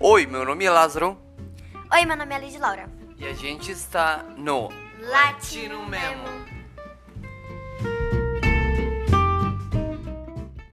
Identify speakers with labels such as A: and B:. A: Oi, meu nome é Lázaro
B: Oi, meu nome é Lidia Laura.
A: e a gente está no
B: Latino Memo.